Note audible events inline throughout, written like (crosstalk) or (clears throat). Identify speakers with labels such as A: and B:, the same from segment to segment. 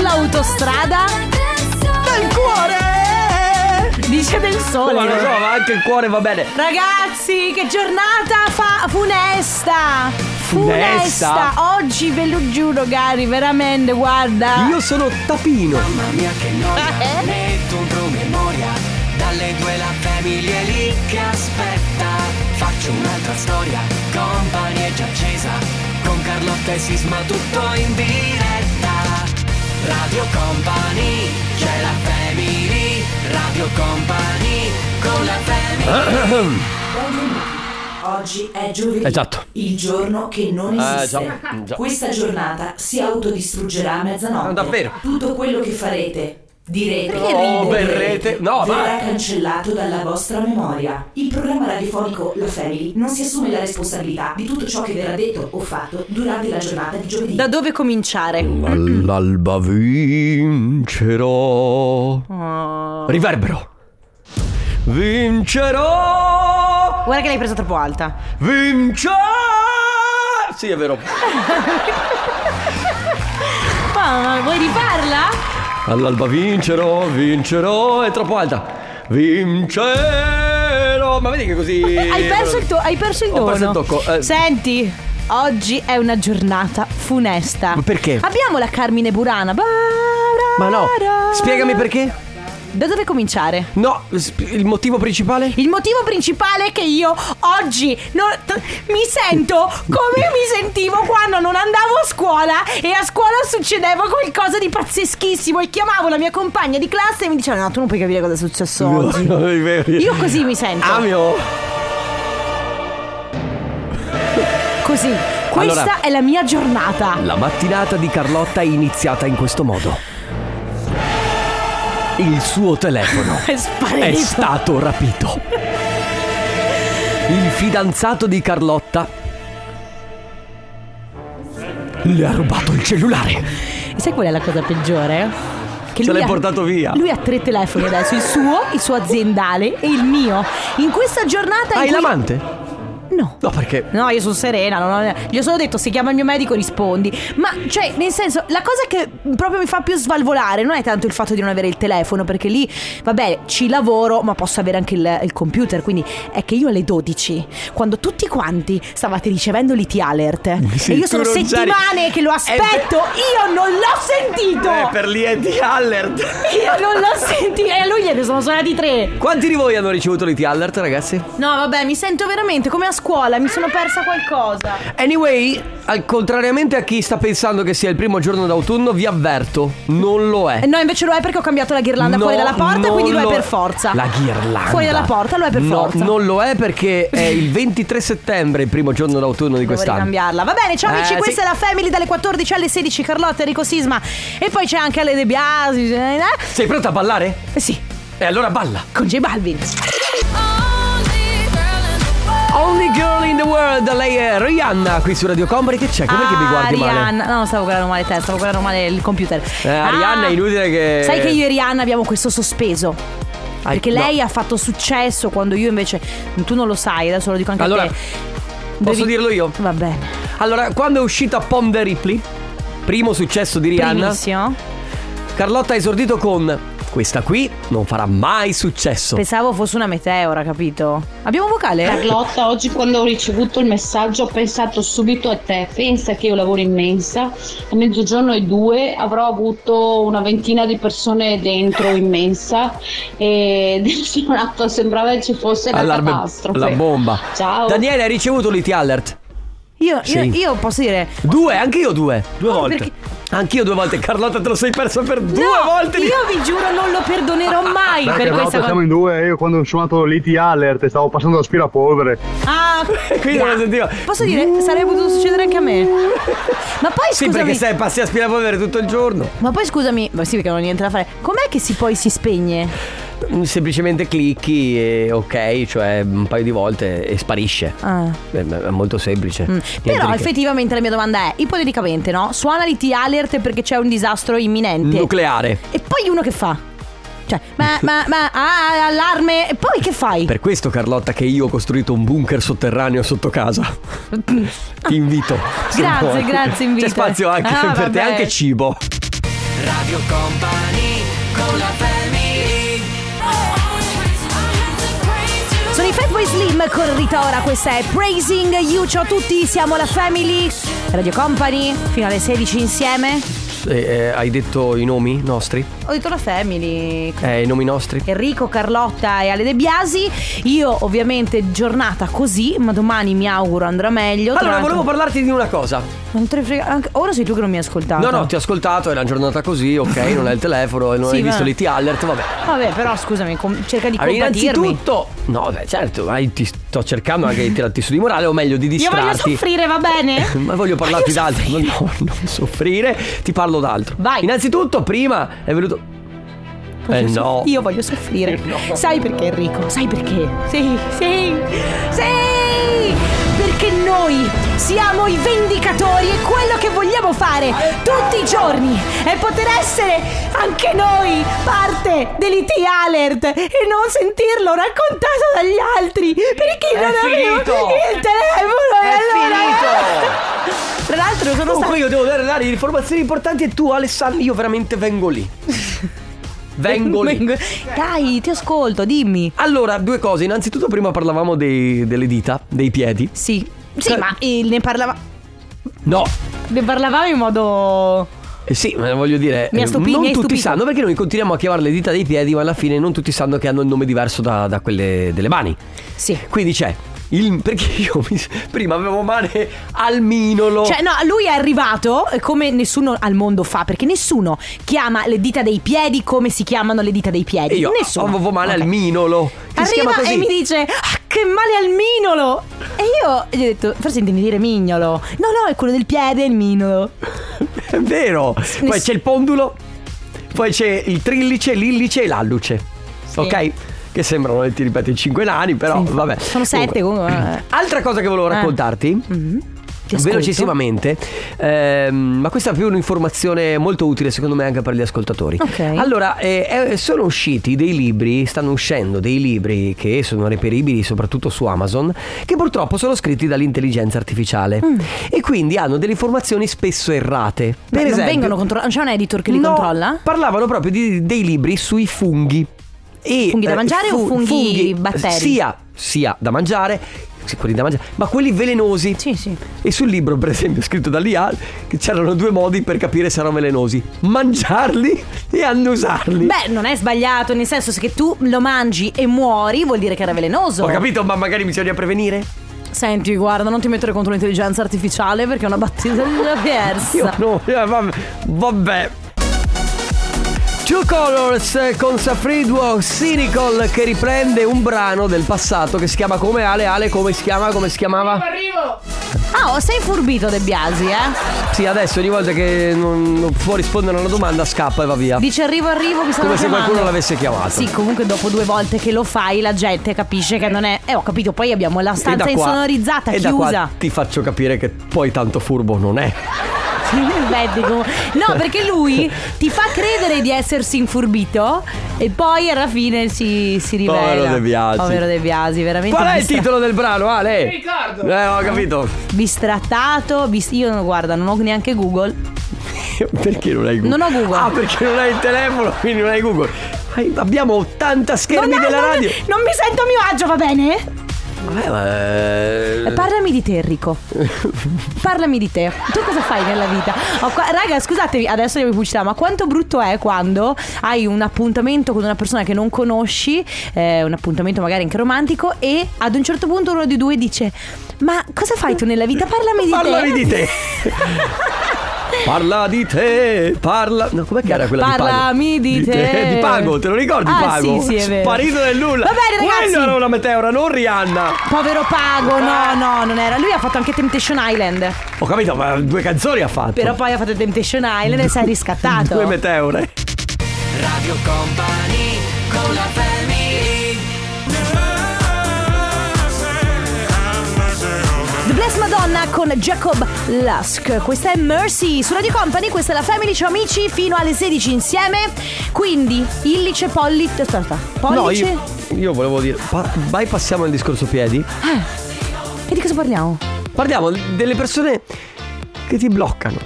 A: sottostrada
B: Del cuore!
A: dice del
C: Ma lo so,
A: sole.
C: ma anche il cuore va bene.
A: Ragazzi, che giornata fa funesta!
C: Funesta?
A: Oggi ve lo giuro, cari, veramente, guarda.
C: Io sono Tapino.
D: Mamma mia che noia
A: Eh?
D: Metto un promemoria Dalle due la famiglia è lì che aspetta Faccio un'altra storia Company è già accesa Con Carlotta e Sisma tutto
C: Eh,
D: in diretta Radio Company C'è la family Radio Company Con la family
E: (laughs) Oggi è giovedì.
C: Esatto. Eh,
E: Il giorno che non esiste.
C: già, già.
E: Questa giornata si autodistruggerà a mezzanotte.
C: Ah, davvero?
E: Tutto quello che farete, direte
C: ridi?
E: o
C: berrete? No,
E: verrà
C: vai.
E: cancellato dalla vostra memoria. Il programma radiofonico La Family non si assume la responsabilità di tutto ciò che verrà detto o fatto durante la giornata di giovedì.
A: Da dove cominciare?
C: L'alba vincerò.
A: Oh.
C: Riverbero. Vincerò.
A: Guarda che l'hai presa troppo alta.
C: Vincerò. Sì, è vero.
A: Ma vuoi rifarla?
C: All'alba vincerò, vincerò. È troppo alta. Vincerò. Ma vedi che così.
A: Eh, Hai perso il, tuo, hai perso il
C: Ho
A: dono.
C: perso il tocco, eh.
A: Senti, oggi è una giornata funesta.
C: Ma perché?
A: Abbiamo la Carmine Burana. Ba-
C: Ma no,
A: ra-
C: spiegami perché?
A: Da dove cominciare?
C: No, sp- il motivo principale?
A: Il motivo principale è che io oggi non- t- mi sento come mi sentivo quando non andavo a scuola e a scuola succedeva qualcosa di pazzeschissimo e chiamavo la mia compagna di classe e mi diceva no tu non puoi capire cosa è successo oggi. Io così mi sento.
C: Amio.
A: Così. Questa
C: Allora-
A: è la mia giornata.
C: La mattinata di Carlotta è iniziata in questo modo. Il
A: (laughs)
C: suo telefono
A: È
C: è
A: sparito.
C: stato rapito. Il fidanzato di Carlotta le ha rubato il cellulare.
A: E Eh, Sai qual è la cosa peggiore? Che
C: Ce
A: lui
C: l'hai
A: ha-
C: portato via.
A: Lui ha tre telefoni adesso, il suo, il suo aziendale e il mio. In questa giornata in
C: Ah, Hai
A: cui-
C: l'amante?
A: No.
C: No, perché
A: No, io sono serena, non ho- gli ho solo detto se chiama il mio medico rispondi. Ma cioè, nel senso, la cosa che proprio mi fa più svalvolare non è tanto il fatto di non avere il telefono, perché lì, vabbè, ci lavoro, ma posso avere anche il, il computer. Quindi è che io alle 12, quando tutti quanti stavate ricevendo l'IT
C: (laughs)
A: alert,
C: Sì,
A: e io
C: tu
A: sono
C: non c'eri.
A: settimane che lo
C: Eh,
A: aspetto, io non l'ho sentito!
C: Eh, per lì è di alert.
A: (laughs) Io non l'ho sentito, e a lui gliene sono suonati tre.
C: Quanti di voi hanno ricevuto l'IT alert, ragazzi?
A: No, vabbè, mi sento veramente come a scuola, mi sono persa qualcosa.
C: Anyway, al contrariamente a chi sta pensando che sia il primo giorno d'autunno, vi avverto, non lo è.
A: Eh, No, invece lo è perché ho cambiato la ghirlanda
C: No,
A: fuori dalla porta,
C: non
A: quindi lo è
C: lo-
A: per forza.
C: La ghirlanda.
A: Fuori dalla porta, lo è per
C: no,
A: forza.
C: Non lo è perché è il 23 settembre, il primo giorno d'autunno di
A: Devo
C: quest'anno.
A: ricambiarla. Va bene, ciao
C: Eh,
A: amici,
C: sì.
A: questa è la Family dalle 14 alle 16, Carlotta, Enrico Sisma e poi c'è anche Ale De Biasi. eh, eh.
C: Sei pronta a ballare?
A: Eh Sì,
C: E allora balla.
A: con J Balvin.
C: Only girl in the world, lei è Rihanna qui su Radio Company. Che c'è? Com'è che
A: Ah,
C: mi guardi
A: Arianna.
C: male?
A: No, non stavo guardando male te, stavo guardando male il computer. Ah,
C: Eh, Arianna è inutile che-
A: Sai che io e Rihanna abbiamo questo sospeso.
C: Ah,
A: Perché
C: no.
A: lei ha fatto successo quando io invece. Tu non lo sai, adesso lo dico anche
C: Allora,
A: a te.
C: Posso
A: Devi-
C: dirlo io?
A: Va bene.
C: Allora, quando è uscita Pom the Ripley, primo successo di Rihanna,
A: Primissimo.
C: Carlotta ha esordito con questa qui non farà mai successo.
A: Pensavo fosse una meteora, capito? Abbiamo un vocale?
F: Carlotta, oggi quando ho ricevuto il messaggio ho pensato subito a te, pensa che io lavoro in mensa, a mezzogiorno e due avrò avuto una ventina di persone dentro in mensa e (laughs) un atto sembrava ci fosse la catastrofe.
C: la bomba.
F: Ciao.
C: Daniele, hai ricevuto l'IT alert?
A: Io, io,
C: Sì.
A: io posso dire.
C: Due, anche io due. Due
A: volte. perché-
C: Anch'io due volte. Carlotta, te lo sei perso per due
A: no,
C: volte. di-
A: Io vi giuro, non lo
C: (laughs)
A: perdonerò
G: Dai,
A: mai per
G: Carlotta,
A: questa
G: siamo
A: cosa.
G: in due. eh, Io quando ho suonato l'IT alert stavo passando l'aspirapolvere.
A: Ah,
C: (laughs) Quindi
A: gra-
C: non lo sentivo.
A: Posso dire, sarebbe potuto succedere anche a
C: (laughs)
A: me. Ma poi
C: Sì,
A: scusami.
C: perché stai passi a aspirapolvere tutto il giorno.
A: Ma poi scusami, ma sì, perché non ho niente da fare. Com'è che si poi si spegne?
C: Mm, Semplicemente clicchi e ok, cioè un paio di volte e sparisce.
A: Ah.
C: È, è molto semplice.
A: Mm.
C: Niente
A: Però
C: di che.
A: effettivamente la mia domanda è: ipoteticamente, no? Suona l'IT alert perché c'è un disastro imminente.
C: Nucleare.
A: e poi uno che fa? Cioè, ma, ma, ma, ah, allarme. E poi che fai?
C: Per questo, Carlotta, che io ho costruito un bunker sotterraneo sotto casa.
A: (clears throat)
C: Ti invito. se
A: Grazie,
C: vuoi.
A: grazie, invito.
C: C'è spazio anche
A: Ah,
C: per te,
A: vabbè.
C: anche cibo.
D: Radio Company con la family
A: Sono i Fatboy Slim con Rita Ora, questa è Praising You, ciao a tutti, siamo la Family, Radio Company, fino alle 16 insieme.
C: Eh, eh, hai detto i nomi nostri?
A: Ho detto la Family,
C: Eh, i nomi nostri?
A: Enrico, Carlotta e Ale De Biasi. Io ovviamente giornata così, ma domani mi auguro andrà meglio. Tra
C: Allora,
A: l'altro-
C: volevo parlarti di una cosa.
A: Non te ne frega- anche- Ora sei tu che non mi hai ascoltato.
C: No, no, ti ho ascoltato, è una giornata
A: (laughs)
C: così, ok, non hai il telefono, non
A: Sì,
C: hai
A: va.
C: visto l'IT alert, vabbè.
A: Vabbè, però scusami, com- cerca di
C: Allora,
A: compatirmi.
C: innanzitutto, no, beh, certo, ma io ti sto cercando anche di tirarti su di morale, o meglio, di
A: Io voglio
C: distrarti.
A: soffrire, va bene?
C: (laughs) Ma voglio parlarti
A: (laughs) Ma io
C: d'altro.
A: soffrire.
C: No, non soffrire, ti parlo d'altro.
A: Vai.
C: Innanzitutto, prima è venuto. Eh
A: Voglio
C: no.
A: soff- Io voglio
C: (laughs)
A: soffrire. Sai perché Enrico? Sai perché? Sì, sì, sì! Perché noi siamo i vendicatori e quello che vogliamo fare tutti i giorni è poter essere anche noi parte dell'IT Alert e non sentirlo raccontato dagli altri perché
C: È
A: non avevo
C: finito!
A: il telefono e
C: È
A: allora... eh,
C: finito!
A: Tra l'altro sono stato...
C: Comunque, io devo dare dare informazioni importanti e tu, Alessandro, io veramente
A: (laughs)
C: vengo lì. vengo lì.
A: Dai, ti ascolto, dimmi.
C: Allora, due cose. Innanzitutto, prima parlavamo dei- delle dita, dei piedi.
A: Sì. Sì,
C: Cioè-
A: ma eh, ne parlava.
C: No.
A: Ne parlavamo in modo.
C: Eh sì, ma voglio dire,
A: Mi ha
C: eh,
A: stupi-
C: non
A: mi hai
C: tutti
A: stupito.
C: sanno perché noi continuiamo a chiamare le dita dei piedi, ma alla fine non tutti sanno che hanno un nome diverso da, da quelle delle mani.
A: Sì.
C: Quindi c'è il perché io mi- prima avevo male al minolo.
A: Cioè, no, lui è arrivato eh, come nessuno al mondo fa, perché nessuno chiama le dita dei piedi come si chiamano le dita dei piedi.
C: E io
A: nessuno.
C: avevo male
A: Ok.
C: al minolo. Che si chiama
A: Arriva
C: così.
A: e mi dice "Ah, che male al minolo. E io gli ho detto, forse intendi dire mignolo. No, no, è quello del piede, il
C: (laughs)
A: minolo.
C: È vero. Poi c'è il pondulo, poi c'è il trillice, l'illice e l'alluce. Ok? Che sembrano, eh, ti ripeto, i cinque nani, però
A: Sì.
C: vabbè.
A: Sono sette comunque. Eh. Mm. Mm-hmm.
C: Altra cosa che volevo raccontarti.
A: Ti ascolto.
C: Velocissimamente, ehm, ma questa è più un'informazione molto utile secondo me anche per gli ascoltatori.
A: Ok.
C: Allora, eh, eh, sono usciti dei libri, stanno uscendo dei libri che sono reperibili soprattutto su Amazon, che purtroppo sono scritti dall'intelligenza artificiale
A: Mm.
C: e quindi hanno delle informazioni spesso errate. Per
A: Ma non
C: esempio,
A: vengono controllati. C'è un editor che li
C: No,
A: controlla?
C: Parlavano proprio di- dei libri sui funghi. E,
A: Funghi da
C: eh,
A: mangiare o funghi batteri?
C: Sia, sia da mangiare, sì, quelli da mangiare, ma quelli velenosi.
A: Sì, sì.
C: E sul libro, per esempio, scritto dall'IA, che c'erano due modi per capire se erano velenosi: mangiarli e annusarli.
A: Beh, non è sbagliato, nel senso se che tu lo mangi e muori vuol dire che era velenoso.
C: Ho capito, ma magari bisogna prevenire?
A: Senti, guarda, non ti mettere contro l'intelligenza artificiale perché è una battaglia persa.
C: (laughs) Io no, eh, vabbè. vabbè. Two Colors eh, con Safriduo Cynical che riprende un brano del passato che si chiama come Ale, Ale come si chiama, come si chiamava?
A: Ah, oh, sei furbito De Biasi, eh?
C: Sì, adesso ogni volta che non, non può rispondere a una domanda scappa e va via.
A: Dice arrivo, arrivo, mi stanno
C: Come se
A: chiamando.
C: qualcuno l'avesse chiamato.
A: Sì, comunque dopo due volte che lo fai la gente capisce che non è... Eh, ho capito, poi abbiamo la
C: E da
A: stanza
C: qua-
A: insonorizzata,
C: e da qua
A: chiusa. (laughs)
C: ti faccio capire che poi tanto furbo non è.
A: Beh, dico- No,
C: (laughs)
A: perché lui ti fa credere di essersi infurbito e poi alla fine si, si rivela.
C: Povero De Biasi.
A: Povero De Biasi, veramente.
C: Qual è il
A: distra-
C: titolo del brano, Ale? Ricordo. Eh, ho capito. (laughs)
A: Bistrattato, bis- io guarda, non ho neanche Google.
C: Perché non hai Google?
A: Non ho Google.
C: Ah, perché non hai il telefono, (laughs) quindi non hai Google. Hai- Abbiamo 80 schermi
A: non,
C: della
A: non-
C: radio. Eh.
A: non mi sento a mio agio, va bene?
C: Vabbè, eh, ma-
A: Parlami di te,
C: (laughs)
A: Enrico. Parlami di te. Tu cosa fai nella vita? Ho qua- raga, scusatevi, adesso devo pubblicità, ma quanto brutto è quando hai un appuntamento con una persona che non conosci, eh, un appuntamento magari anche romantico, e ad un certo punto uno di due dice: Ma cosa fai tu nella vita? Parlami di
C: Parlami
A: te. (laughs)
C: di te. parla di te. Parla. No, com'è che era quella di Pago?
A: Parlami di te.
C: Di Pago, te lo ricordi
A: Ah,
C: Pago?
A: sì, sì, è vero.
C: Sparito nel nulla.
A: Va bene, ragazzi.
C: Quello era una meteora, non Rihanna.
A: Povero Pago, no,
C: Ah.
A: no, non era. Lui ha fatto anche Temptation Island.
C: Ho capito, ma due canzoni ha fatto.
A: Però poi ha fatto Temptation Island e si è riscattato.
C: Due meteore.
D: Radio Company con la family
A: The Blessed Madonna con Jacob Lusk. Questa è Mercy su Radio Company, questa è la Family, ciao amici, fino alle 16 insieme. Quindi, illice, pollice, aspetta,
C: No,
A: pollice.
C: io, io volevo dire. pa- bypassiamo il discorso piedi.
A: E di cosa parliamo? Ah.
C: Parliamo delle persone che ti bloccano.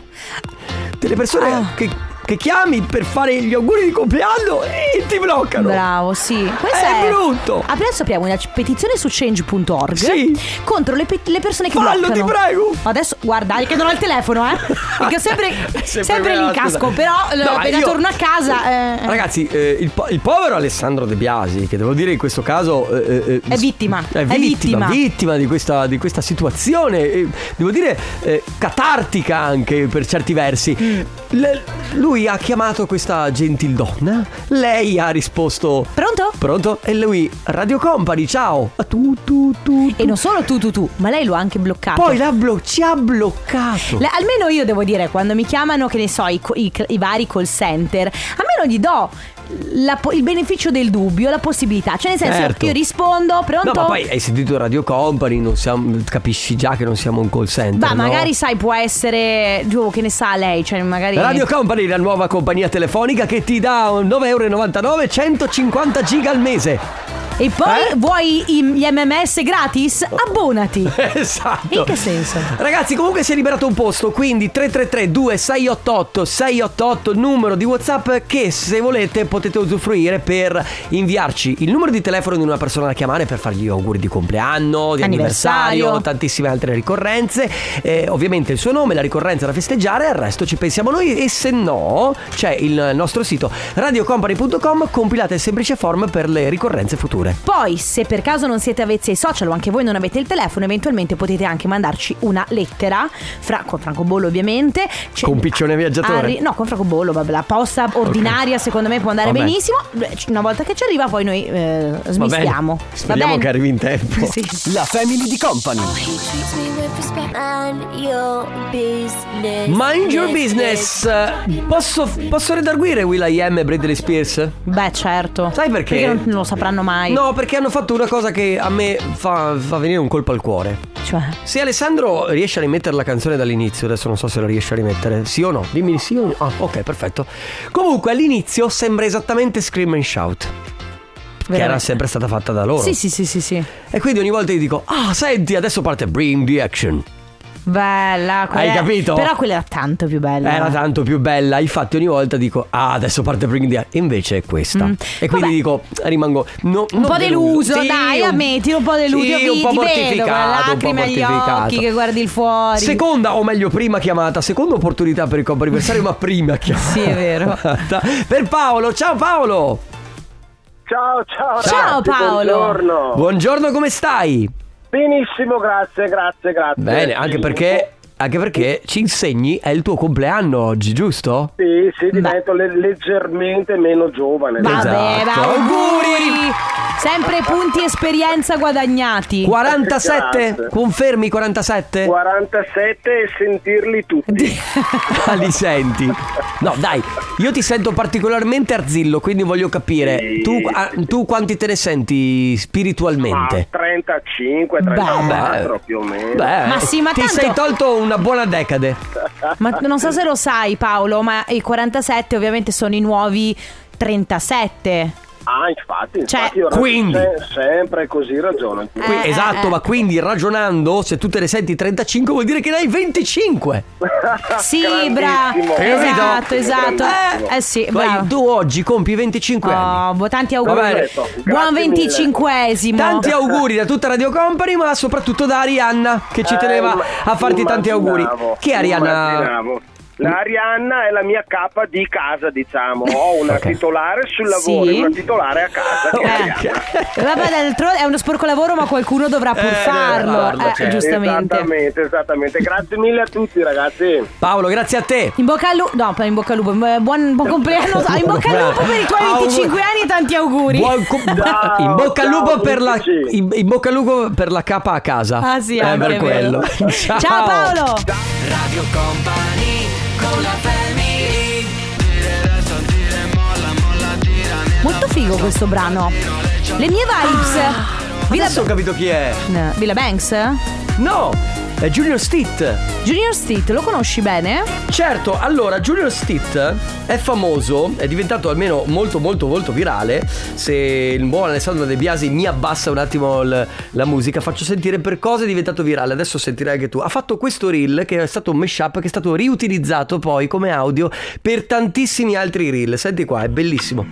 C: Delle persone che, che chiami per fare gli auguri di compleanno e ti bloccano.
A: Bravo, sì. Questa
C: È
A: è,
C: brutto.
A: Adesso apriamo una petizione su change.org
C: Sì.
A: contro le, pe- le persone che
C: Fallo,
A: bloccano.
C: ti prego.
A: Ma Adesso guarda, che non ho il telefono,
C: (laughs)
A: eh. Perché ho sempre,
C: È
A: sempre,
C: quella,
A: lì in
C: scusa.
A: casco, però eh,
C: No, ma
A: appena
C: io-
A: torno a casa eh,
C: Ragazzi, eh, il, po- il povero Alessandro De Biasi, che devo dire in questo caso eh, eh,
A: È vittima.
C: È
A: È
C: vittima,
A: vittima.
C: vittima di questa, di questa situazione, eh, devo dire eh, catartica anche per certi versi.
A: Mm.
C: Le- lui ha chiamato questa gentildonna, lei ha risposto
A: Pronto?
C: Pronto? E lui, Radio Company, ciao! A tu, tu, tu, tu.
A: E non solo tu tu tu, ma lei lo ha anche bloccato.
C: Poi l'ha blo- ci ha bloccato.
A: Le- almeno io devo dire, quando mi chiamano, che ne so, i, co- i cl- i vari call center, a me non gli do la po- il beneficio del dubbio, la possibilità. Cioè, nel senso,
C: Certo.
A: io rispondo, pronto?
C: No, ma poi hai sentito Radio Company, non siamo- capisci già che non siamo un call center.
A: Bah,
C: no?
A: magari sai, può essere. Giù, che ne sa lei? Cioè, magari.
C: Radio Company, la nuova compagnia telefonica che ti dà 9,99€ 150 giga al mese.
A: E poi
C: Eh? Oh.
A: vuoi i- gli MMS gratis?
C: (laughs)
A: Abbonati.
C: Esatto.
A: In che senso?
C: Ragazzi, comunque si è liberato un posto, quindi 333 2688 688 numero di WhatsApp che se volete potete usufruire per inviarci il numero di telefono di una persona da chiamare per fargli auguri di compleanno, di anniversario,
A: Anniversario.
C: tantissime altre ricorrenze. Eh, ovviamente il suo nome, la ricorrenza da festeggiare, al resto ci pensiamo noi e se no c'è il nostro sito radiocompany.com, compilate il semplice form per le ricorrenze future.
A: Poi, se per caso non siete avvezzi ai social o anche voi non avete il telefono, eventualmente potete anche mandarci una lettera fra, con Francobollo, ovviamente. C'è-
C: Con piccione viaggiatore.
A: Arri- no, con Francobollo, vabbè, la posta ordinaria secondo me può andare
C: Vabbè.
A: benissimo. Una volta che ci arriva, poi noi eh,
C: Va bene.
A: smistiamo. Va
C: Speriamo
A: bene?
C: che arrivi in tempo.
A: (laughs) Sì. Oh,
C: La family di company.
B: He treats me with respect. Mind your
A: eh,
B: business.
C: Mind your business. Posso, posso redarguire Will.i.am e Bradley Spears?
A: Beh, certo.
C: Sai perché?
A: non, non lo sapranno mai.
C: No, perché hanno fatto una cosa che a me fa, fa venire un colpo al cuore.
A: Cioè,
C: Se Alessandro riesce a rimettere la canzone dall'inizio, adesso non so se la riesce a rimettere, sì o no? Dimmi sì o no. Ah, ok, perfetto. Comunque all'inizio sembra esattamente Scream and Shout, che era
A: veramente.
C: sempre stata fatta da loro.
A: Sì, sì, sì, sì, sì.
C: E quindi ogni volta gli dico, ah, senti, adesso parte Bring the Action.
A: Bella. quella-
C: capito?
A: Però quella era tanto più bella.
C: Era tanto più bella, infatti ogni volta dico "Ah, adesso parte Bring the Action", invece è questa.
A: Mm,
C: E quindi
A: vabbè.
C: dico rimango no,
A: Un po' deluso,
C: Sì,
A: dai,
C: un-
A: ammettilo, un po' deluso.
C: sì,
A: Io vi-
C: un po'
A: ti vedo, con le
C: mortificato, un po'
A: lacrime agli
C: mortificato.
A: occhi che guardi il fuori.
C: Seconda o meglio prima chiamata, seconda opportunità per il
A: (laughs)
C: compo anniversario, ma prima chiamata.
A: Sì, è vero.
C: per Paolo, ciao Paolo.
H: Ciao, ciao.
A: Ciao,
H: ragazzi,
A: Paolo.
H: Buongiorno.
C: Buongiorno, come stai?
H: Benissimo, grazie, grazie, grazie.
C: Bene, anche perché anche perché ci insegni è il tuo compleanno oggi, giusto?
H: Sì, sì, divento le- leggermente meno giovane.
A: Vabbè,
C: Esatto.
A: va,
C: Auguri.
A: auguri. Sempre punti esperienza guadagnati.
C: 47?
H: Grazie.
C: Confermi 47?
H: 47 e sentirli tutti.
C: Ah, li senti? No, dai, io ti sento particolarmente arzillo, quindi voglio capire,
H: Sì.
C: tu, ah, tu quanti te ne senti
H: Ma
C: spiritualmente?
H: 35, 34 Ah, più o meno.
C: beh,
A: Ma sì, ma
C: ti
A: tanto- Eh,
C: sei tolto una buona decade.
A: (laughs) Ma non so se lo sai Paolo, ma i 47 ovviamente sono i nuovi 37.
H: Ah, infatti,
A: Cioè-
H: infatti io ragiono
C: Quindi.
H: se- sempre così ragiono.
C: Qui-
H: (laughs)
A: Eh,
C: esatto,
A: eh,
C: ma quindi ragionando, se tu te ne senti 35 vuol dire che ne hai 25.
A: Sì, brava.
H: Grandissimo.
A: Esatto,
H: Grandissimo,
A: esatto.
H: grandissimo.
A: Eh, sì,
C: Vai,
A: bravo.
C: tu oggi compi 25 anni.
A: Oh, boh, tanti
C: Va bene.
A: auguri. Buon
H: Grazie mille.
A: 25esimo.
C: Tanti auguri da tutta Radio Company, ma soprattutto da Arianna che ci
H: Eh,
C: teneva
H: ma-
C: a farti tanti auguri.
H: immaginavo,
C: Che Arianna?
H: immaginavo. La Arianna è la mia capa di casa, diciamo.
C: (laughs)
H: Ho una
C: Ok.
H: titolare sul lavoro
A: Sì.
H: e una titolare a casa.
C: (laughs)
H: che è Arianna.
A: Eh. Vabbè, d'altronde è uno sporco lavoro, ma qualcuno dovrà pur
C: Eh, deve
A: farlo.
C: farlo,
A: eh,
C: certo.
A: Giustamente.
H: Esattamente, esattamente. Grazie mille a tutti, ragazzi.
C: Paolo, grazie a te.
A: In bocca al lupo, no, poi in bocca al lupo, eh, buon, buon compleanno, ah, in bocca al lupo per i tuoi 25 anni e tanti auguri.
C: Buon co-
H: (laughs) Ciao,
C: in bocca al
H: ciao,
C: lupo per la
H: amici.
C: in, in bocca al lupo per la capa a casa.
A: Ah sì,
C: Eh,
A: anche
C: per
A: è vero.
C: quello.
A: (laughs)
C: (laughs)
A: Ciao. Paolo.
D: Radio Company con la family
A: Molto figo questo brano.
C: Ah,
A: Le mie vibes. Villa,
C: Adesso ho capito chi è.
A: Villa Banks?
C: No! Eh, Junior Stitt.
A: Junior Street, lo conosci bene?
C: Certo, allora Junior Stitt è famoso, è diventato almeno molto molto molto virale. Se il buon Alessandro De Biasi mi abbassa un attimo l- la musica, faccio sentire per cosa è diventato virale. Adesso sentirai anche tu. Ha fatto questo reel che è stato un mashup che è stato riutilizzato poi come audio per tantissimi altri reel. Senti qua, è bellissimo.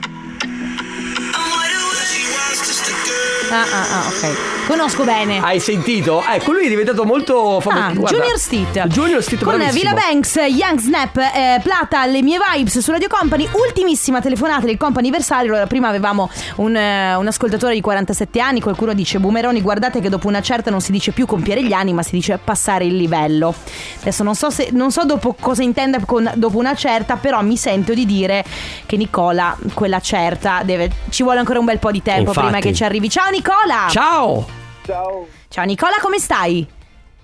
A: Ah, ah, ah, ok. Conosco bene.
C: Hai sentito? Ecco, lui è diventato molto famoso.
A: Ah,
C: Guarda,
A: Junior Steed
C: Junior Stitt
A: Con
C: bravissimo.
A: Villa Banks, Young Snap, eh, Plata, le mie vibes su Radio Company Ultimissima telefonata del comp anniversario Allora prima avevamo un, eh, un ascoltatore di 47 anni Qualcuno dice Bumeroni guardate che dopo una certa non si dice più compiere gli anni Ma si dice passare il livello Adesso non so, se, non so dopo cosa intenda con dopo una certa Però mi sento di dire che Nicola quella certa deve- Ci vuole ancora un bel po' di tempo
C: Infatti.
A: prima che ci arrivi Ciao Nicola (laughs)
C: Ciao! (laughs)
H: Ciao.
A: Ciao Nicola come stai?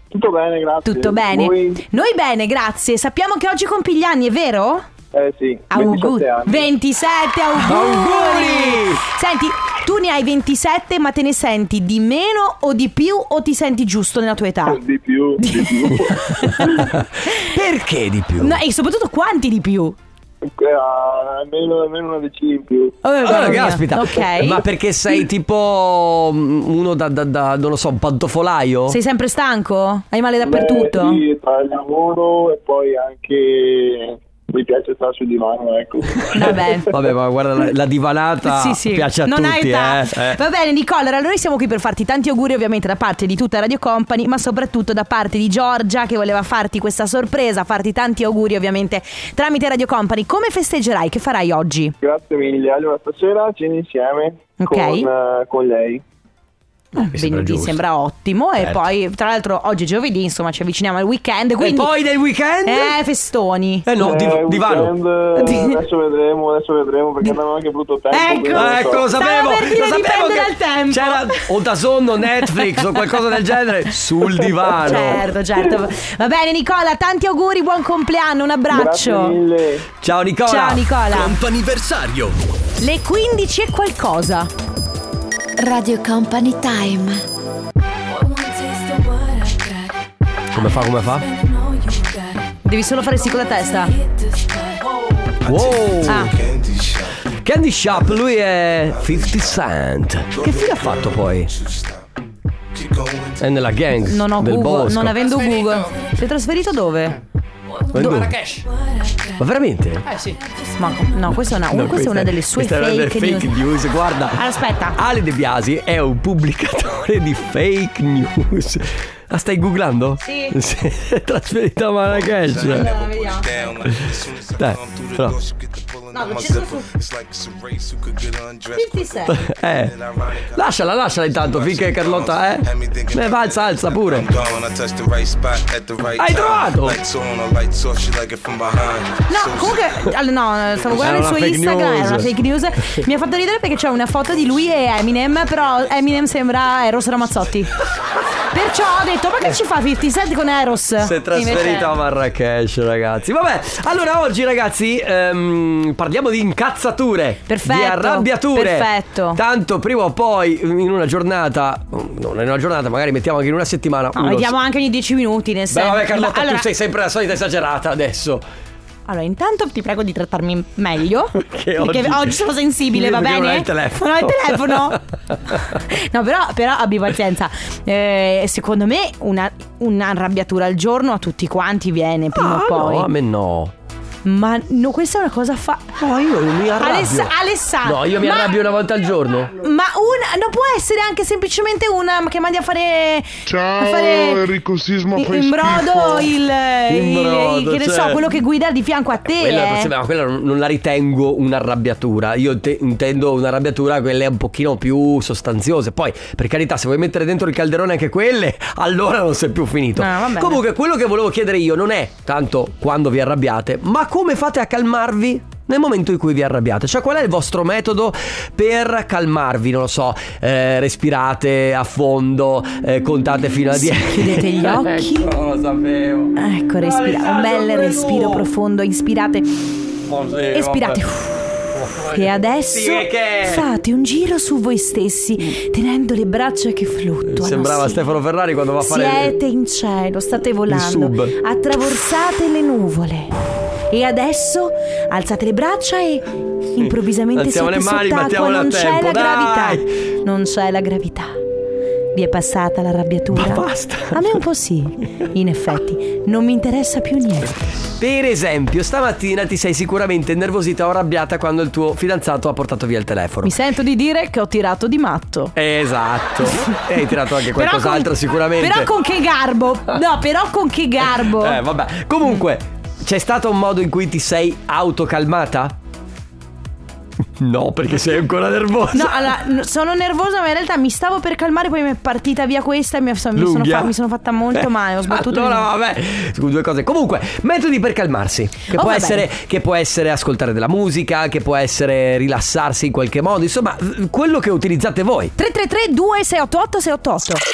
H: Tutto bene, grazie.
A: Tutto bene? Noi bene, grazie. Sappiamo che oggi compi gli anni, è vero?
H: Eh sì,
A: Auguri. 27 auguri.
C: Auguri!
A: Senti, tu ne hai 27, ma te ne senti di meno o di più o ti senti giusto nella tua età?
H: Di più, di più.
C: Perché di più?
A: No, e soprattutto quanti di più?
H: Eh, almeno, almeno una decina in più.
A: Oh,
C: Allora,
A: mamma mia.
C: caspita,
A: Ok. Mm.
C: ma perché sei tipo mm, uno da, da- da- non lo so, un pantofolaio?
A: Sei sempre stanco? Hai male (laughs) dappertutto?
H: Beh, sì, tra il lavoro e poi anche mi piace stare sul divano, ecco. (laughs)
A: Vabbè.
C: (laughs) Vabbè, ma guarda, la, la divanata
A: Sì, sì.
C: piace a
A: non hai
C: tutti,
A: età.
C: eh. Eh.
A: Va bene, Nicola. Allora, noi siamo qui per farti tanti auguri, ovviamente, da parte di tutta Radio Company, ma soprattutto da parte di Giorgia che voleva farti questa sorpresa, farti tanti auguri, ovviamente, tramite Radio Company. Come festeggerai? Che farai
C: Eh,
A: oggi?
H: Grazie mille. Allora, stasera cena insieme
A: Ok.
H: con, eh, con lei.
A: Benissimo,
C: sembra giusto.
A: sembra ottimo. E
C: Certo.
A: poi, tra l'altro, oggi è giovedì, insomma, ci avviciniamo al weekend. Quindi,
C: E poi nel weekend?
A: eh, festoni.
C: Eh no, di-
H: Eh,
C: divano.
H: weekend, eh,
A: Di-
H: adesso vedremo, adesso vedremo perché abbiamo anche brutto tempo. quindi non
C: Ah,
H: so.
C: Ecco, lo
A: Stavo
C: sapevo.
A: per dire,
C: lo sapevo
A: dipende
C: che
A: dal tempo.
C: C'era o da sonno Netflix o qualcosa del genere sul divano.
A: Certo, certo. Va bene, Nicola, tanti auguri, buon compleanno, un
H: Grazie
A: abbraccio.
H: mille.
C: Ciao Nicola.
A: Ciao Nicola.
D: Comp'anniversario
A: Le 15 e qualcosa.
B: Radio Company Time.
C: Come fa, come fa?
A: Devi solo fare sì con la testa.
C: Wow.
A: Ah.
C: Candy Shop, lui è 50 Cent. Che fine ha fatto poi? È nella gang
A: Non ho
C: del
A: Google,
C: bosco.
A: non avendo Google. Si è trasferito dove?
C: Dove? Ma veramente?
A: Ma no, questa è una,
C: No,
A: questa è una delle sue
C: questa è una delle
A: fake news.
C: fake news. Guarda,
A: Allora,
C: (laughs)
A: aspetta.
C: Ale De Biasi è un pubblicatore di fake news. Ah, stai googlando?
A: Sì.
C: Si è trasferito a Marrakesh.
A: Allora, vediamo.
C: Dai, però.
A: No, non ci sono su- 56.
C: Eh, lasciala, lasciala intanto finché Carlotta eh. Beh, va, alza, alza pure. Hai trovato?
A: No, comunque, all- no, stavo guardando il suo
C: Era una fake
A: Instagram,
C: news.
A: era una fake news. Mi ha fatto ridere perché c'è una foto di lui e Eminem, però Eminem sembra Eros Ramazzotti. Perciò ho detto, ma che ci fa 50 Cent con Eros?
C: Si è trasferito a Marrakesh, ragazzi. Vabbè, allora oggi, ragazzi, ehm, parliamo di incazzature.
A: Perfetto,
C: Di arrabbiature.
A: perfetto.
C: Tanto prima o poi, in una giornata, non in una giornata, magari mettiamo anche in una settimana.
A: No,
C: uno
A: vediamo anche ogni 10 minuti, nel
C: Beh,
A: senso.
C: vabbè, Carlotta,
A: allora,
C: tu sei sempre la solita esagerata adesso.
A: Allora, intanto ti prego di trattarmi
C: (laughs)
A: meglio. perché
C: oggi-
A: oggi, sono sensibile, va
C: Perché
A: bene?
C: non hai il telefono.
A: Non ho il
C: (laughs)
A: telefono. no, però, però abbi pazienza. Eh, secondo me, una, un'arrabbiatura al giorno a tutti quanti viene prima o
C: Ah,
A: poi.
C: no, a me no.
A: Ma no, questa è una cosa fa.
C: No, io mi arrabbio.
A: Aless- Alessandro.
C: No, io mi
A: ma-
C: arrabbio una volta al giorno.
A: Ma una. No, può essere anche semplicemente una che mandi a fare.
I: Ciao,
A: a fare
I: Enrico Sisma,
A: In,
I: fai
A: in brodo il. il-
C: brodo,
A: che ne so,
C: certo.
A: quello che guida di fianco a te.
C: Quella,
A: eh.
C: forse- ma quella non non la ritengo un'arrabbiatura. Io te- intendo un'arrabbiatura, quelle un pochino più sostanziose. Poi, per carità, se vuoi mettere dentro il calderone anche quelle, (laughs) allora non sei più finito.
A: Ah, va bene.
C: Comunque, quello che volevo chiedere io non è tanto quando vi arrabbiate, ma come fate a calmarvi? Nel momento in cui vi arrabbiate, cioè qual è il vostro metodo per calmarvi? Non lo so, eh, respirate a fondo, eh, contate fino a 10. (laughs)
A: Chiudete gli occhi.
C: Ecco, Lo sapevo.
A: Ecco, respira. Un bel respiro profondo. Inspirate. Espirate. E adesso
C: Sì, è Mm. che-
A: fate un giro su voi stessi tenendo le braccia che fluttuano.
C: Eh, Sembrava
A: sì.
C: Stefano Ferrari quando va a fare.
A: Siete in cielo, state volando.
C: sub.
A: Attraversate le nuvole. E adesso alzate le braccia e improvvisamente
C: Alziamo
A: siete
C: le mani,
A: sott'acqua,
C: battiamole a
A: non c'è
C: tempo,
A: la
C: dai!
A: gravità. Non c'è la gravità. Vi è passata la
C: Ma
A: l'arrabbiatura?
C: basta.
A: A me un po' sì. In effetti, non mi interessa più
C: Certo.
A: niente.
C: Per esempio, stamattina ti sei sicuramente innervosita o arrabbiata quando il tuo fidanzato ha portato via il telefono.
A: Mi sento di dire che ho tirato di matto.
C: Esatto. e hai tirato
A: (laughs)
C: anche
A: Però con-
C: qualcos'altro sicuramente.
A: Però con che garbo? No, però con che garbo?
C: Eh, vabbè. Comunque, c'è stato un modo in cui ti sei autocalmata? (laughs) No, perché sei ancora nervosa.
A: No, allora, n- sono nervosa, ma in realtà mi stavo per calmare, poi mi è partita via questa e mi, so- mi sono,
C: L'unghia.
A: fa- mi sono fatta molto
C: Eh,
A: male. Ho sbattuto.
C: Allora,
A: il-
C: vabbè, Scusa, due cose. Comunque, metodi per calmarsi. Che,
A: Oh,
C: può
A: vabbè.
C: essere, che può essere ascoltare della musica, che può essere rilassarsi in qualche modo. Insomma, quello che utilizzate voi.
A: 333 2688 688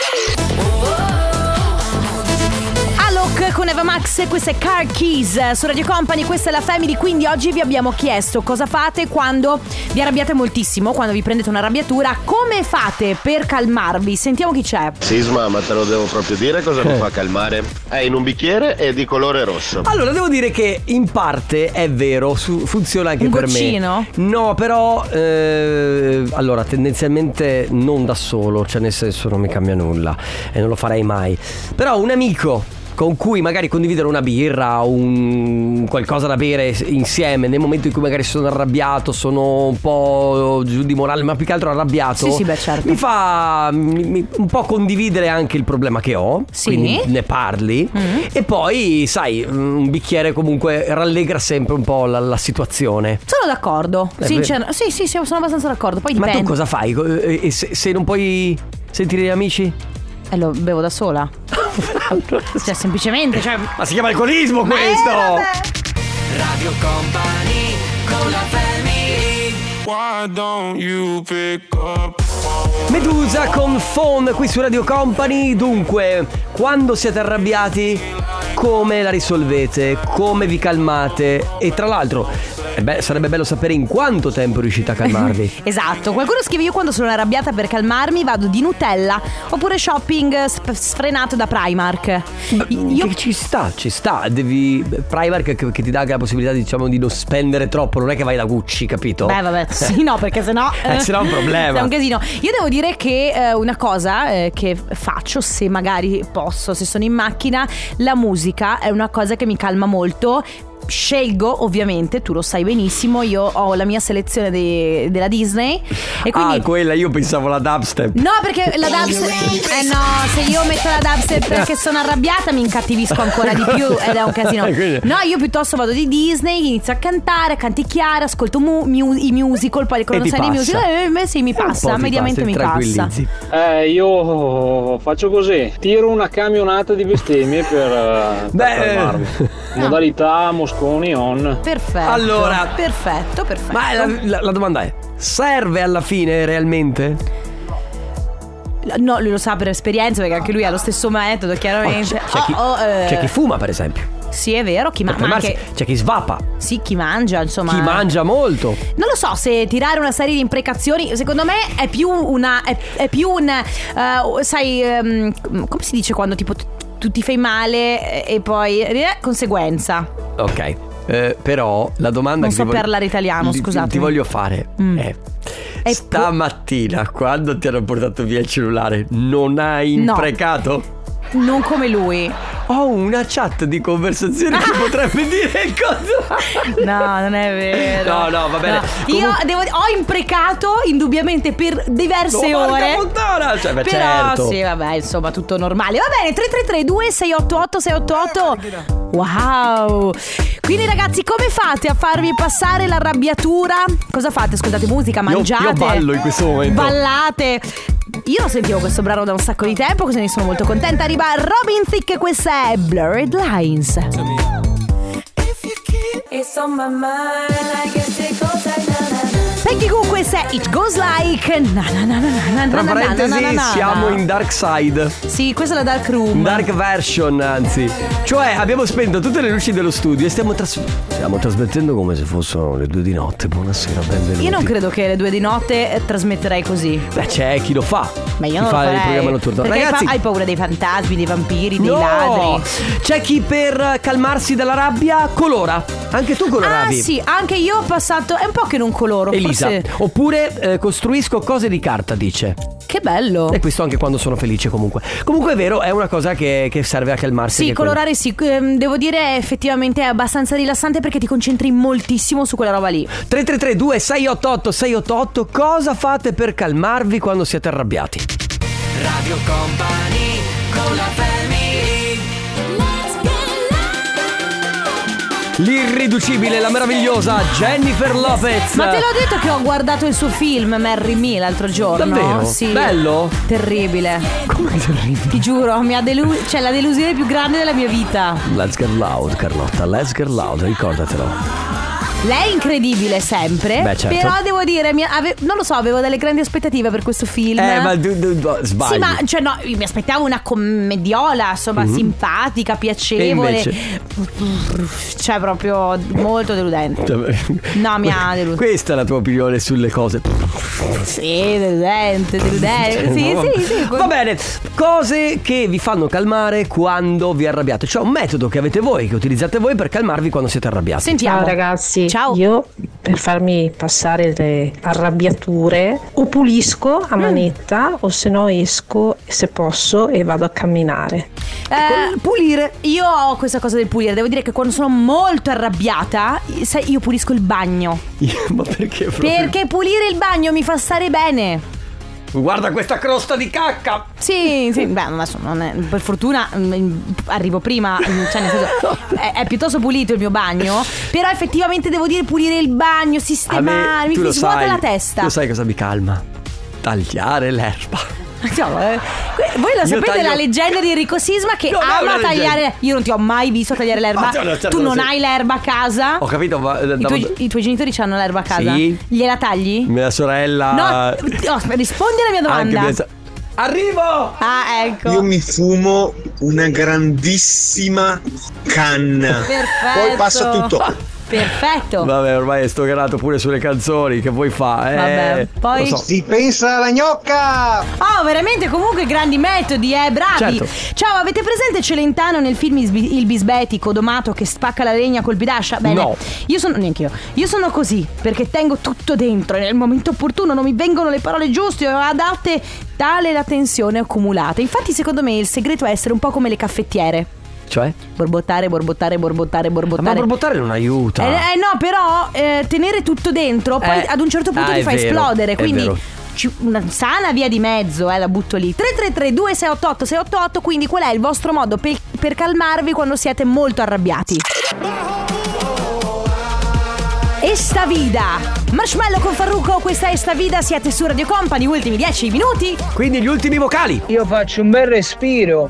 A: Alok con Eva Max, questa è Car Keys su Radio Company, questa è la Family, quindi oggi vi abbiamo chiesto cosa fate quando vi arrabbiate moltissimo, quando vi prendete una arrabbiatura, come fate per calmarvi? Sentiamo chi c'è.
I: Sisma, ma te lo devo proprio dire cosa
C: Eh.
I: mi fa calmare? È in un bicchiere e di colore rosso.
C: Allora, devo dire che in parte è vero, su- funziona anche
A: Un
C: per
A: goccino?
C: me. No, però eh, allora, tendenzialmente non da solo, cioè nel senso non mi cambia nulla e non lo farei mai. Però un amico con cui magari condividere una birra, un qualcosa da bere insieme, nel momento in cui magari sono arrabbiato, sono un po' giù di morale, ma più che altro arrabbiato.
A: Sì, sì, beh, certo.
C: Mi fa mi- mi- un po' condividere anche il problema che ho.
A: Sì.
C: quindi ne parli
A: Mm.
C: e poi sai mm, un bicchiere comunque rallegra sempre un po' la, la situazione
A: Sono d'accordo,
C: Eh,
A: sincer- sì, sì, sì, sono abbastanza d'accordo, poi
C: ma
A: dipende.
C: tu cosa fai Co- eh, e- e se, se non puoi sentire gli amici
A: Eh, lo bevo da sola. Cioè, semplicemente, (laughs) cioè. eh,
C: ma si chiama alcolismo questo
D: Radio Company con la family
C: Medusa con phone qui su Radio Company dunque quando siete arrabbiati come la risolvete come vi calmate e tra l'altro eh beh, sarebbe bello sapere in quanto tempo riuscite a calmarvi
A: Esatto, qualcuno scrive io quando sono arrabbiata per calmarmi vado di Nutella oppure shopping sp- sfrenato da Primark. (laughs) Io
C: Che ci sta, ci sta. Devi. Primark che, che ti dà anche la possibilità, diciamo, di non spendere troppo. Non è che vai da Gucci, capito?
A: Beh,
C: (laughs)
A: vabbè, sì, no, perché sennò.
C: Eh,
A: (laughs)
C: sennò è un problema.
A: È un casino. Io devo dire che eh, una cosa eh, che faccio, se magari posso, se sono in macchina, la musica è una cosa che mi calma molto. Scelgo ovviamente, tu lo sai benissimo, io ho la mia selezione de- della Disney e quindi
C: Ah, quella io pensavo la dubstep.
A: No, perché la dubstep. Eh no, se io metto la dubstep perché sono arrabbiata mi incattivisco ancora di più ed è un casino.
C: (laughs) Quindi-
A: No, io piuttosto vado di Disney, inizio a cantare, a canticchiare, ascolto mu- mu- i musical, poi quando
C: ti
A: sono i
C: passa.
A: musical, eh, eh, sì, mi
C: Un po'
A: passa,
C: ti
A: mediamente
C: passa,
A: mi
C: ti
A: passa.
C: tranquillizzi.
J: Eh, io faccio così, tiro una camionata di bestemmie per, eh, per
C: Beh,
J: calmarmi. Modalità Mosconi on.
A: Perfetto.
C: Allora-
A: perfetto, perfetto.
C: Ma la, la- la domanda è: serve alla fine realmente?
A: No, lui lo sa per esperienza perché anche lui ha lo stesso metodo, chiaramente.
C: c'è, c'è chi,
A: Oh, oh, eh,
C: c'è chi fuma, per esempio.
A: Sì, è vero, chi ma-
C: Per
A: ma
C: calmarsi.
A: anche-
C: C'è chi svapa.
A: Sì, chi mangia, insomma.
C: Chi mangia molto.
A: Non lo so se tirare una serie di imprecazioni, secondo me è più una. È, è più un. eh, sai, ehm, come si dice quando tipo tu, tu ti fai male e poi. eh, conseguenza.
C: Ok. Eh, però la domanda
A: Non
C: che
A: so
C: ti voglio-
A: parlare italiano,
C: ti-
A: scusatemi.
C: Ti voglio fare
A: Mm.
C: è.
A: È
C: Stamattina, quando ti hanno portato via il cellulare, non hai
A: No.
C: imprecato?
A: Non come lui.
C: Ho una chat di
A: (laughs)
C: conversazione che potrebbe dire il contrario.
A: No, non è vero.
C: No, no, va bene.
A: Io
C: Comunque-
A: devo- ho imprecato indubbiamente per diverse
C: Oh, porca
A: ore.
C: puttana! Cioè, beh,
A: Però
C: certo.
A: sì, vabbè, insomma, tutto normale. Va bene, 3332 688 688. Wow! Quindi ragazzi, come fate a farvi passare l'arrabbiatura? Cosa fate? Ascoltate musica, mangiate.
C: io ballo in questo momento.
A: Ballate. Io non sentivo questo brano da un sacco di tempo, così ne sono molto contenta. Arriva Robin Thicke, questa è Blurred Lines.
E: It's on my mind like it's tickles, na, na, na.
A: Senti comunque questa è It Goes Like na na na na na na na
C: Tra
A: na na na na
C: parentesi,
A: na.
C: siamo in dark side.
A: Sì, questa è la Dark Room
C: Dark version, anzi. Cioè, abbiamo spento tutte le luci dello studio e stiamo, tras- stiamo trasmettendo come se fossero le due di notte. Buonasera, benvenuti.
A: Io non credo che alle due di notte eh, trasmetterei così
C: Beh, c'è chi lo fa.
A: Ma io
C: chi
A: non lo
C: fa il
A: farei.
C: programma notturno.
A: Perché
C: Ragazzi,
A: fa- hai paura dei fantasmi, dei vampiri, dei
C: no!
A: ladri
C: C'è chi per calmarsi dalla rabbia colora. Anche tu
A: Ah
C: coloravi.
A: sì, anche io ho passato È un po' che non coloro
C: Elisa.
A: forse-
C: Oppure eh, costruisco cose di carta, dice.
A: Che bello
C: E questo anche quando sono felice comunque. Comunque è vero, è una cosa che, che serve a calmarsi.
A: Sì,
C: che è quella-
A: colorare sì, ehm, devo dire effettivamente è abbastanza rilassante perché ti concentri moltissimo su quella roba lì.
C: 3332 688 688 cosa fate per calmarvi quando siete arrabbiati?
D: Radio Company con la family
C: L'irriducibile, la meravigliosa Jennifer Lopez.
A: Ma te l'ho detto che ho guardato il suo film Merry Me l'altro giorno.
C: Davvero?
A: Sì.
C: Bello?
A: Terribile.
C: Come terribile.
A: Ti giuro, mi ha deluso. Cioè, la delusione più grande della mia vita.
C: Let's get loud, Carlotta. Let's get loud, ricordatelo.
A: Lei è incredibile sempre.
C: Beh, certo.
A: Però devo dire, mi ave- non lo so, avevo delle grandi aspettative per questo film.
C: Eh, ma du- du- du- sbagli.
A: Sì, ma cioè, no, mi aspettavo una commediola, insomma,
C: Mhm.
A: simpatica, piacevole.
C: E
A: Cioè, proprio molto deludente. No, mi ha deluso.
C: Cioè, (laughs) Questa è la tua opinione sulle cose.
A: Sì, deludente, deludente. Eh, Sì,
C: Cioè, No,
A: sì, sì.
C: Va bene, cose che vi fanno calmare quando vi arrabbiate. Cioè un metodo che avete voi, che utilizzate voi per calmarvi quando siete arrabbiati.
A: Sentiamo.
K: Ciao ragazzi,
A: Ciao.
K: io per farmi passare le arrabbiature o pulisco a manetta o se no esco se posso e vado a camminare.
A: Eh, pulire. Io ho questa cosa del pulire. Devo dire che quando sono molto arrabbiata, sai, io pulisco il bagno.
C: (laughs) Ma perché proprio?
A: Perché pulire il bagno mi fa stare bene.
C: Guarda questa crosta di cacca!
A: Sì, sì, beh, adesso non è- per fortuna mm, arrivo prima, mm, cioè
C: (laughs)
A: nel senso, è, è piuttosto pulito il mio bagno, però effettivamente devo dire pulire il bagno,
C: A me,
A: sistemare, Eh, mi
C: tu
A: mi
C: lo
A: svuota
C: sai,
A: la testa.
C: Lo
A: (laughs)
C: sai cosa mi calma? Tagliare l'erba.
A: No, eh, que- voi lo
C: Io
A: sapete
C: taglio-
A: la leggenda di Enrico Sisma che
C: Non è
A: ama
C: una
A: tagliare.
C: leggenda.
A: Io non ti ho mai visto tagliare l'erba.
C: Ah, no, no, certo,
A: tu non
C: sì.
A: hai l'erba a casa.
C: Ho capito, ma eh,
A: I
C: andavo-
A: tuoi, i tuoi genitori hanno l'erba a casa?
C: Sì.
A: Gliela tagli?
C: mia sorella.
A: No, no, rispondi alla mia
C: anche
A: domanda.
C: mia so- Arrivo!
A: Ah, ecco.
L: Io mi fumo una grandissima canna.
A: Perfetto.
L: Poi passa tutto.
A: Perfetto.
C: Vabbè, ormai è stoganato pure sulle canzoni, che vuoi fa? Eh,
A: Vabbè, poi-
C: lo so.
A: Sì,
L: Pensa alla gnocca!
A: Oh, veramente comunque grandi metodi, eh, bravi.
C: Certo.
A: Ciao, avete presente Celentano nel film Is- Il bisbetico domato che spacca la legna col bidascia? Bene.
C: No.
A: Io sono neanche io. Io sono così perché tengo tutto dentro e nel momento opportuno non mi vengono le parole giuste o adatte tale la tensione accumulata. Infatti, secondo me il segreto è essere un po' come le caffettiere.
C: Cioè?
A: Borbottare, borbottare, borbottare, borbottare.
C: Ma borbottare non aiuta.
A: Eh, eh, no, però eh, tenere tutto dentro poi
C: Eh.
A: ad un certo punto
C: Ah,
A: ti
C: è
A: fa
C: vero,
A: esplodere.
C: è
A: Quindi
C: vero.
A: ci- una sana via di mezzo, eh, la butto lì. 333 2688 688, quindi qual è il vostro modo per, per calmarvi quando siete molto arrabbiati? Esta vida! Marshmallow con Farruco, questa è Esta vida, siete su Radio Company, ultimi 10 minuti.
C: Quindi gli ultimi vocali.
M: Io faccio un bel respiro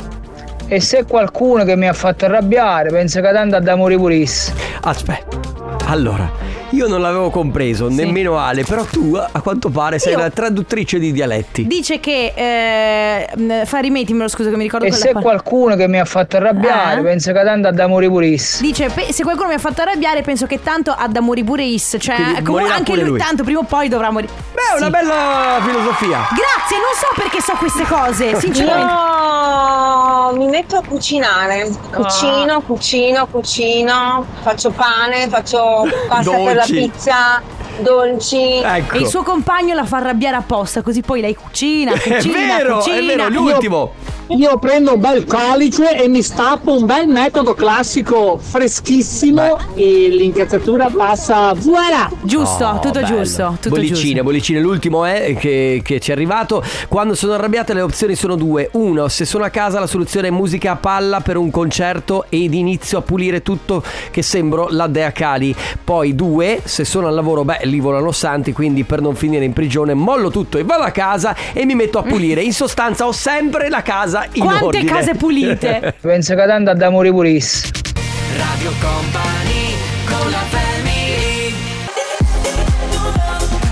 M: e se qualcuno che mi ha fatto arrabbiare penso che tanto ad amore purissimo.
C: Aspetta. Allora, io non l'avevo compreso, nemmeno Ale, però tu a quanto pare sei
A: Io-
C: la traduttrice di dialetti.
A: Dice che. Eh, mh, fa rimetimelo, scusa, che mi ricordo
M: E
A: quella
M: se
A: parola.
M: qualcuno che mi ha fatto arrabbiare
A: Ah.
M: penso che tanto ad amore purissimo.
A: Dice, "Pe- se qualcuno mi ha fatto arrabbiare, penso che tanto ha da morire pure Is. Cioè,
C: Quindi
A: comunque
C: morirà
A: anche
C: pure
A: lui,
C: lui.
A: tanto prima o poi dovrà morire.
C: Beh, è una bella filosofia.
A: Grazie, non so perché so queste cose, sinceramente.
N: Io Cioè, mi metto a cucinare, cucino, cucino, cucino, faccio pane, faccio pasta per la
A: Dolci.
N: pizza, dolci.
O: Eh,
C: Ecco.
A: E il suo compagno la fa arrabbiare apposta, così poi lei
C: (laughs)
A: cucina, cucina, cucina.
O: Io, io prendo un bel calice e mi stappo un bel metodo classico freschissimo e l'incazzatura passa voilà.
A: Giusto,
C: Oh,
A: tutto
C: bello.
A: giusto, tutto
C: bollicine,
A: giusto.
C: bollicine. L'ultimo è che, che ci è arrivato. Quando sono arrabbiate le opzioni sono due. Uno, se sono a casa la soluzione è musica a palla per un concerto ed inizio a pulire tutto che sembro la Dea Cali. Poi due, se sono al lavoro, beh, lì volano santi, quindi per non finire in prigione mollo tutto e vado a casa e mi metto a
A: (laughs)
C: pulire. In sostanza ho sempre la casa in
M: Quante
C: ordine.
M: case
C: (laughs)
M: pulite? Penso che tanto ad amore purissimo.
D: Radio Company con la family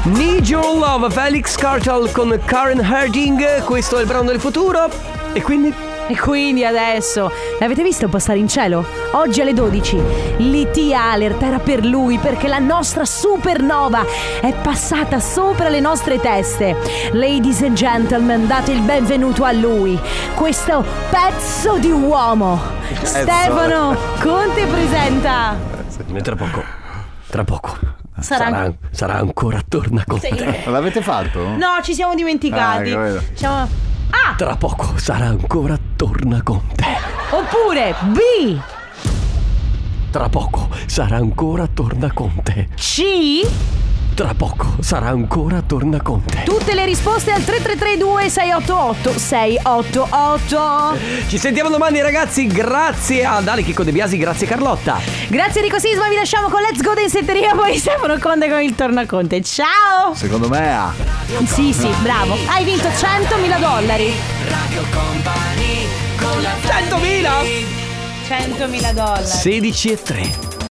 C: Need Your Love, Felix Cartel con Karen Herding. Questo è il brano del futuro. E quindi?
A: E quindi adesso l'avete visto passare in cielo? Oggi alle 12 l'IT Alert era per lui perché la nostra supernova è passata sopra le nostre teste. Ladies and gentlemen, date il benvenuto a lui, questo pezzo di uomo. Stefano Conte presenta.
C: Noi Tra poco. Tra poco.
A: Sarà-
C: sarà ancora torna con
A: Sì.
C: te. L'avete fatto?
A: No, ci siamo dimenticati.
C: Ah, credo.
A: Siamo- Ah!
C: Tra poco sarà ancora torna con te.
A: Oppure B,
C: Tra poco sarà ancora torna con te.
A: C.
C: Tra poco sarà ancora torna con te.
A: Tutte le risposte al 3332 688 688.
C: Ci sentiamo domani ragazzi, grazie a Dale Chicco De Biasi, grazie Carlotta.
A: Grazie Rico Sisma, vi lasciamo con Let's Go Densetteria, poi (laughs) Stefano Conte con il Tornaconte. Ciao!
P: Secondo me ha.
A: Sì, sì, bravo. Hai vinto 100.000 dollari.
D: Radio Company con la
A: 100.000 dollari.
C: 16 e 3.